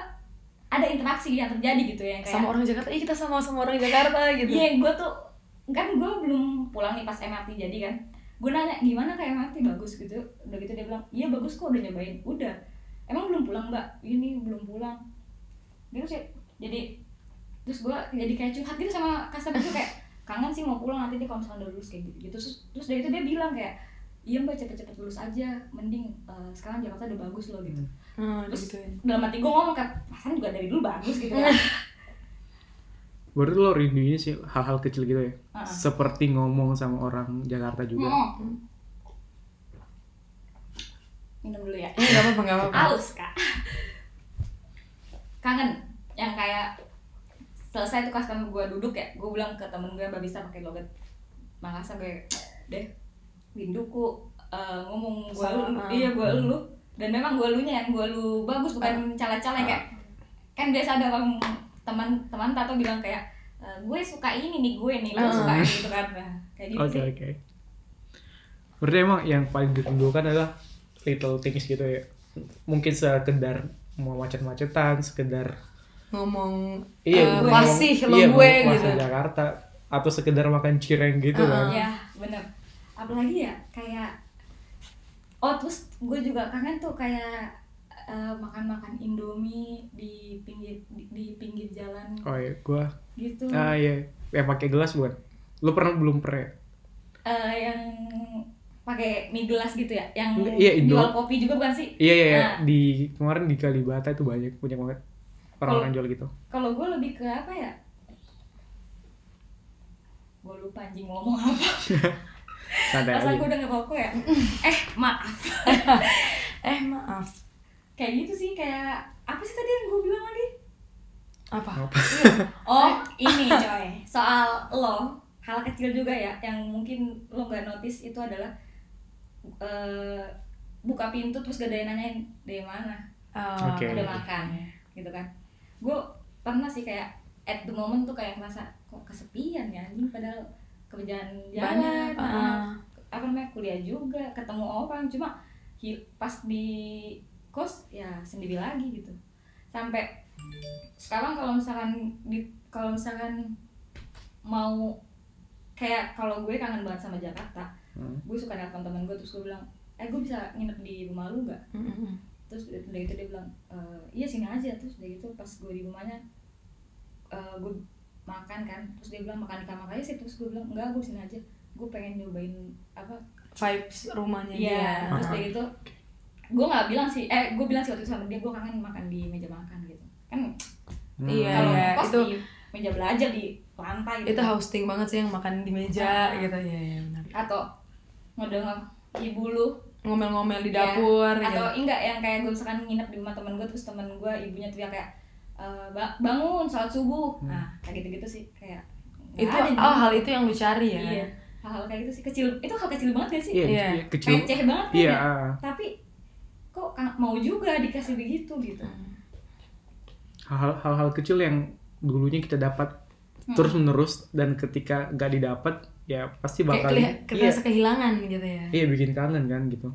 ada interaksi yang terjadi gitu ya yang kayak Sama orang Jakarta, iya kita sama sama orang (laughs) Jakarta gitu. iya gue tuh kan gue belum pulang nih pas MRT jadi kan gue nanya gimana kayak MRT bagus gitu udah gitu dia bilang iya bagus kok udah nyobain udah emang belum pulang mbak ini belum pulang gitu sih jadi terus gue jadi kayak curhat gitu sama customer tuh (laughs) kayak kangen sih mau pulang nanti dia kalau misalkan udah lulus kayak gitu gitu terus terus dari itu dia bilang kayak iya mbak cepet-cepet lulus aja mending eh, sekarang Jakarta udah bagus loh gitu Hmm, terus gitu. dalam hati gue ngomong kayak pasan juga dari dulu bagus (laughs) gitu kan Berarti lo rindunya sih hal-hal kecil gitu ya? Heeh. Seperti ngomong sama orang Jakarta juga. Mm. Minum dulu ya. Ini nggak apa-apa, nggak apa-apa. Aus, Kak. Kangen yang kayak selesai tuh customer gue duduk ya, gue bilang ke temen gue mbak bisa pakai logat Makassar gue deh rinduku eh, ngomong gue lu, Salam. iya gue Hmm. lu dan memang gue lu nya yang gue lu bagus bukan cala-cala Ah. yang kayak kan biasa ada orang teman-teman tato bilang kayak "Eh, gue suka ini nih gue nih gue suka ini," gitu kan Nah, kayak Iya gitu Ah. Oke sih oke. Berarti emang yang paling dirindukan adalah little things gitu ya. Mungkin sekedar mau macet-macetan, sekedar Ngomong iya eh, ngomong- fasih lo iya, gue gitu. ngomong Ah. fasih Jakarta atau sekedar makan cireng gitu kan. ya bener apalagi ya kayak oh terus gue juga kangen tuh kayak eh, makan-makan indomie di pinggir di, di pinggir jalan Oh Ah. iya, gua gitu ah iya, yang pakai gelas bukan? Lo pernah belum pernah? ya? Eh, yang pakai mie gelas gitu ya yang Nggak, iya, Indo. jual kopi juga bukan sih Iya iya, iya. Ah. Nah. di kemarin di Kalibata itu banyak punya banget orang-orang jual gitu. kalau gue lebih ke apa ya gue lupa anjing mau ngomong apa Santai pas aja. aku udah nggak apa-apa ya eh maaf eh maaf kayak gitu sih kayak apa sih tadi yang gue bilang lagi apa Iya. Apa? (laughs) oh (laughs) ini coy soal lo hal kecil juga ya yang mungkin lo nggak notice itu adalah eh, buka pintu terus gak ada yang nanyain dari mana Eh, Oke. udah makan gitu kan gue pernah sih kayak at the moment tuh kayak merasa kok kesepian ya anjing padahal kerjaan jalan banyak ah. nah, apa namanya kuliah juga ketemu orang cuma hi- pas di kos ya sendiri lagi gitu sampai sekarang kalau misalkan di kalau misalkan mau kayak kalau gue kangen banget sama Jakarta Hmm. gue suka nelfon temen gue terus gue bilang eh gue bisa nginep di rumah lu gak Mm-mm. terus udah udah gitu dia bilang e, iya sini aja terus udah gitu pas gue di rumahnya e, gue makan kan terus dia bilang makan di kamar aja sih terus gue bilang enggak gue di sini aja gue pengen nyobain apa vibes rumahnya Iya, dia terus Aha. dia gitu gue nggak bilang sih eh gue bilang sih waktu itu sama dia gue kangen makan di meja makan gitu kan Hmm. Iya, kalau iya. kos itu- di meja belajar di lantai gitu itu hosting banget sih yang makan di meja Ah. gitu ya, ya benar atau ngedenger ibu lu ngomel-ngomel di Iya. dapur atau gitu. enggak yang kayak gue misalkan nginep di rumah temen gue terus temen gue ibunya teriak kayak e, ba- bangun sholat subuh Hmm. nah kayak gitu gitu sih kayak nggak itu ada di- oh hal itu yang lu cari ya iya hal-hal kayak gitu sih kecil itu hal kecil banget gak sih Iya, Iya. iya, kecil. receh banget kan Iya, ya? ah. tapi kok ka- mau juga dikasih begitu gitu hal-hal hal-hal kecil yang dulunya kita dapat Hmm. terus menerus dan ketika nggak didapat ya pasti kayak bakal kelihat- iya, kerasa kehilangan gitu ya iya bikin kangen kan gitu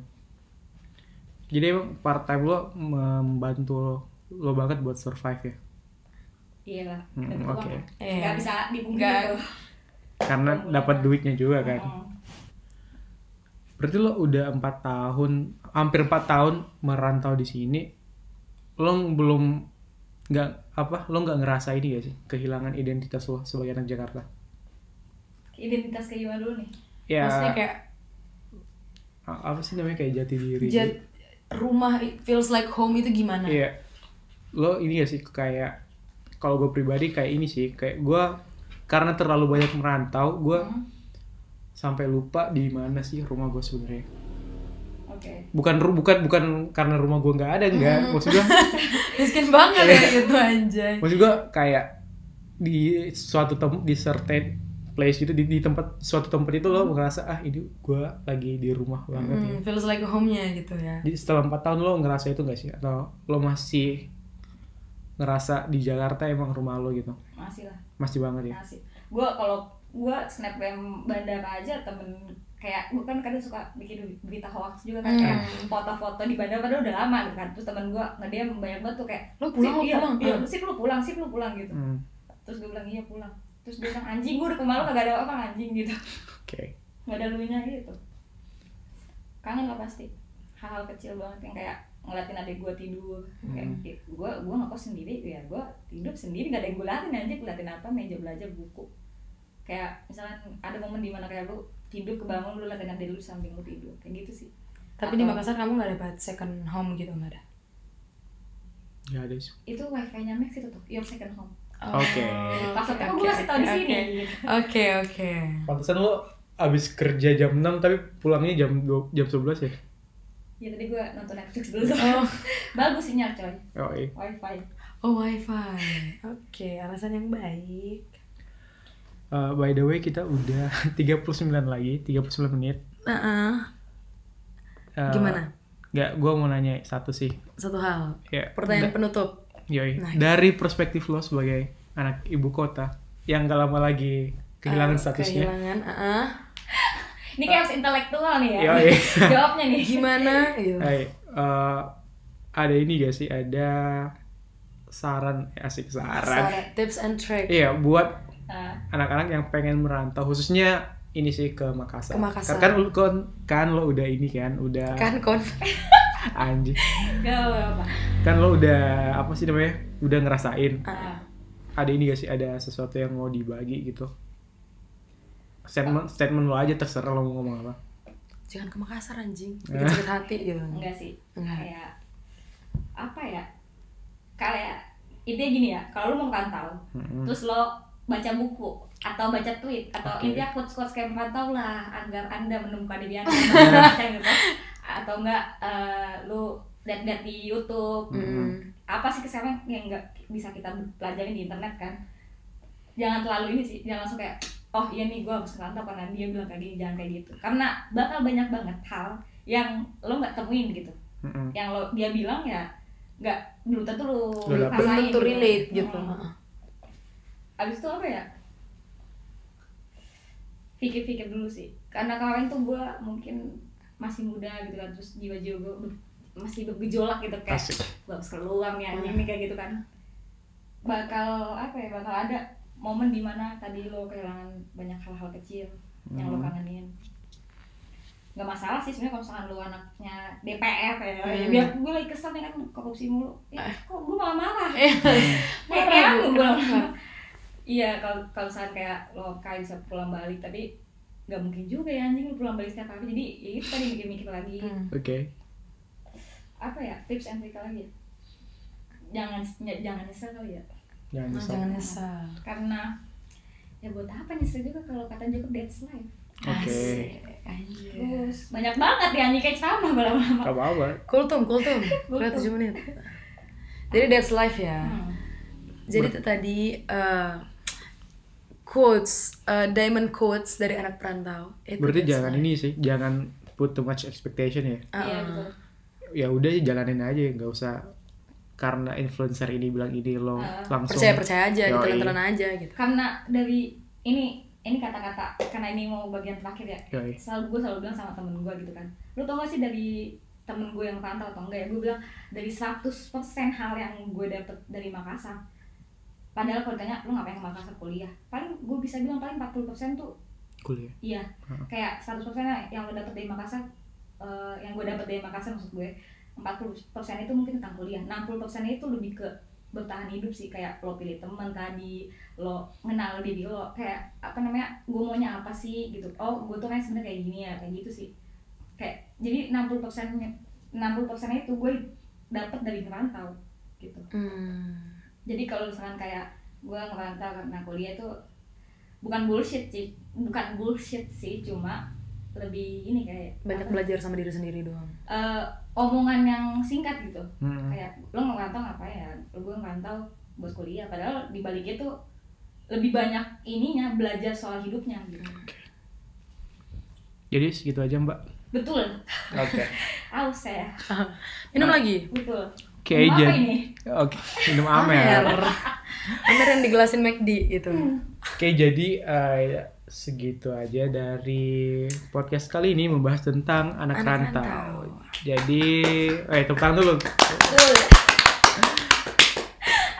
jadi emang part time lo membantu lo, lo banget buat survive ya iya lah Hmm, dapet oke. uang. Iya. nggak bisa dipungkiri Nggak. tuh. Oh, karena Iya. Betul. dapat duitnya juga kan Mm-mm. berarti lo udah empat tahun hampir empat tahun merantau di sini lo belum nggak apa lo nggak ngerasa ini ya sih kehilangan identitas lo sebagai anak Jakarta identitas kayak gimana dulu nih ya maksudnya kayak a- apa sih namanya kayak jati diri gitu? jat, Nah. rumah it feels like home itu gimana Iya. Lo ini ya sih kayak kalau gue pribadi kayak ini sih kayak gue karena terlalu banyak merantau gue Hmm. sampai lupa di mana sih rumah gue sebenarnya. oke Bukan ru- bukan bukan karena rumah gue nggak ada enggak. Hmm. Maksud (laughs) gue (laughs) miskin banget ya Iya. gitu anjay maksud gue kayak di suatu tem di certain place gitu di, di tempat suatu tempat itu lo ngerasa ah ini gue lagi di rumah banget ya. Hmm, feels like home-nya gitu ya Jadi setelah 4 tahun lo ngerasa itu gak sih atau lo masih ngerasa di Jakarta emang rumah lo gitu? masih lah Masih banget ya. Asik. Gue kalau gue snapgram bandara aja temen kayak gue kan kadang suka bikin berita hoax juga kan Hmm. kayak foto-foto di bandara padahal udah lama gitu kan terus temen gue ngedem banyak banget tuh kayak Lo pulang, "Sip, lo iya, pulang." iya Hmm. sip, lo pulang sip lo pulang gitu Hmm, terus gue bilang iya pulang terus dia bilang anjing gue udah kemalu kagak ada apa anjing gitu Oke. nggak ada lunya gitu kangen lah pasti hal-hal kecil banget yang kayak ngeliatin adik gue tidur kayak Hmm. gue gue ngekos sendiri ya gue tidur sendiri gak ada yang gue liatin aja gue liatin apa meja belajar buku kayak misalkan ada momen dimana kayak lu tidur kebangun lu liatin adik lu samping lu tidur kayak gitu sih tapi di Atau- Makassar kamu nggak dapat second home gitu nggak ada Gak ada sih. itu wifi nya Max itu tuh your second home Oke. maksudnya gue kasih "Oh, tau di oke, iya. sini gitu. oke oke Pantesan lo abis kerja jam 6 tapi pulangnya jam du- jam 11 ya? ya tadi gue nonton Netflix dulu soalnya oh (laughs) bagus sinyal coy Oh, iya. wifi oh wifi oke alasan yang baik Eh, by the way kita udah (laughs) 39 lagi, 39 menit. Nah, Eh, Gimana? Gak, gue mau nanya satu sih. satu hal Ya, pertanyaan da- penutup yoi. Nah. Dari perspektif lo sebagai anak ibu kota yang gak lama lagi kehilangan Eh, statusnya. kehilangan ah. ini Oh. kayak harus intelektual nih ya Yoi. (laughs) jawabnya nih gimana gitu Hai, eh, ada ini gak sih? Ada saran eh, asik saran. Saran, tips and trick Iya, buat Ah. anak-anak yang pengen merantau khususnya ini sih ke Ke Makassar. Makassar. Kan, kan lu- kan, kan lo udah ini kan, udah kan kon anjing. Gak apa-apa. Kan lo udah apa sih namanya? Udah ngerasain. Ah. Ada ini gak sih ada sesuatu yang mau dibagi gitu? Statement statement lo aja terserah lo mau ngomong apa. jangan ke Makassar anjing bikin sakit hati gitu enggak sih Enggak. kayak apa ya kayak intinya gini ya kalau lu mau merantau Mm-mm. terus lo baca buku atau baca tweet atau Oke. intinya quotes quotes kayak merantau lah agar anda menemukan diri anda (laughs) Baca gitu. atau enggak eh, lu lihat-lihat di YouTube Mm. apa sih sekarang yang nggak bisa kita pelajari di internet kan jangan terlalu ini sih jangan langsung kayak oh iya nih gue harus ngerantau karena dia bilang kayak gini jangan kayak gitu karena bakal banyak banget hal yang lo nggak temuin gitu Mm-mm. yang lo dia bilang ya nggak belum tentu Lo lo dapet. belum rasain tentu gitu. relate gitu Hmm. abis itu apa ya pikir-pikir dulu sih karena kemarin tuh gue mungkin masih muda gitu kan terus jiwa-jiwa gue masih bergejolak gitu kayak Asik. gue harus keluar nih anjing Iya. nih kayak gitu kan bakal apa ya bakal ada momen dimana tadi lo kehilangan banyak hal-hal kecil yang lo Hmm. kangenin nggak masalah sih sebenarnya kalau misalkan lo anaknya DPR ya, ya Hmm. biar gue lagi kesel nih kan korupsi mulu ya, kok gue malah marah Marah marah ibu, lu gue kenapa? (laughs) iya kalau kalau misalkan kayak lo kayak bisa pulang balik tapi nggak mungkin juga ya anjing lo pulang balik setiap hari jadi ya itu tadi mikir-mikir lagi Hmm. Oke. apa ya tips and trick lagi ya? jangan ny- jangan nyesel kali ya Jangan Nah, nyesel. jangan nyesal karena ya buat apa nyesel juga kalau kata Jacob that's life Oke. Asik. Anjir. terus banyak banget ya anjing kayak sama lama-lama Gak apa-apa. Kultum, kultum. Udah 7 Kultum. menit. Jadi that's life ya. Hmm. Jadi tuh tadi eh, quotes eh, diamond quotes dari anak perantau. Itu Berarti that's jangan life. ini sih, jangan put too much expectation ya. iya betul Ya udah jalanin aja, nggak usah karena influencer ini bilang ini lo Ah. langsung percaya percaya aja, Yoi. gitu telan-telan aja gitu. karena dari ini ini kata-kata karena ini mau bagian terakhir ya Yoi. selalu gue selalu bilang sama temen gue gitu kan lu tau gak sih dari temen gue yang rantau atau enggak ya gue bilang dari 100% hal yang gue dapet dari Makassar padahal kalau ditanya lu ngapain ke Makassar kuliah paling gue bisa bilang paling 40% tuh Kuliah. iya Heeh. kayak 100% yang lo dapet dari Makassar eh, yang gue dapet dari Makassar maksud gue 40% itu mungkin tentang kuliah 60% itu lebih ke bertahan hidup sih kayak lo pilih teman tadi lo kenal diri lo kayak apa namanya gue maunya apa sih gitu oh gue tuh kayak sebenarnya kayak gini ya kayak gitu sih kayak jadi 60% 60% itu gue dapet dari ngerantau gitu Hmm. jadi kalau misalkan kayak gue ngerantau karena kuliah tuh bukan bullshit sih bukan bullshit sih cuma lebih ini kayak Banyak apa, belajar sama diri sendiri doang. eh, omongan yang singkat gitu Mm-mm. kayak lo ngerantau ngapain ya lo gue ngerantau buat kuliah padahal di baliknya tuh lebih banyak ininya belajar soal hidupnya gitu Jadi segitu aja mbak. betul (laughs) Oke. aus saya Nah, Minum lagi. betul Oke Mau aja. apa ini Oke. Minum amer. (laughs) Amer yang digelasin McD gitu. Hmm. Oke jadi eh, ya, segitu aja dari podcast kali ini membahas tentang anak, Anak rantau. rantau. Jadi, eh tepuk tangan dulu. Betul.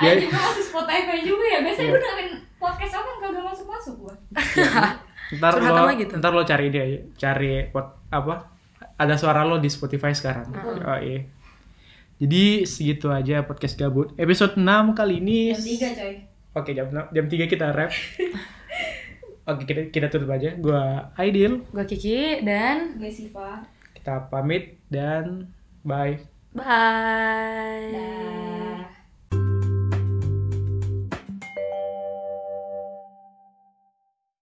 Ya. Anjir, gue masih Spotify juga ya. Biasanya Iya. gue dengerin podcast orang kalau udah masuk-masuk gue. Ya, (laughs) ntar Curhatan lo lagi tuh. ntar lo cari dia cari pot, apa ada suara lo di Spotify sekarang oh Ah. iya jadi segitu aja podcast gabut episode 6 kali ini Jam 3 coy. oke jam 6, jam 3 kita (laughs) rap oke kita kita tutup aja gua Aidil Gua Kiki dan Gue Siva. kita pamit dan bye bye. Bye.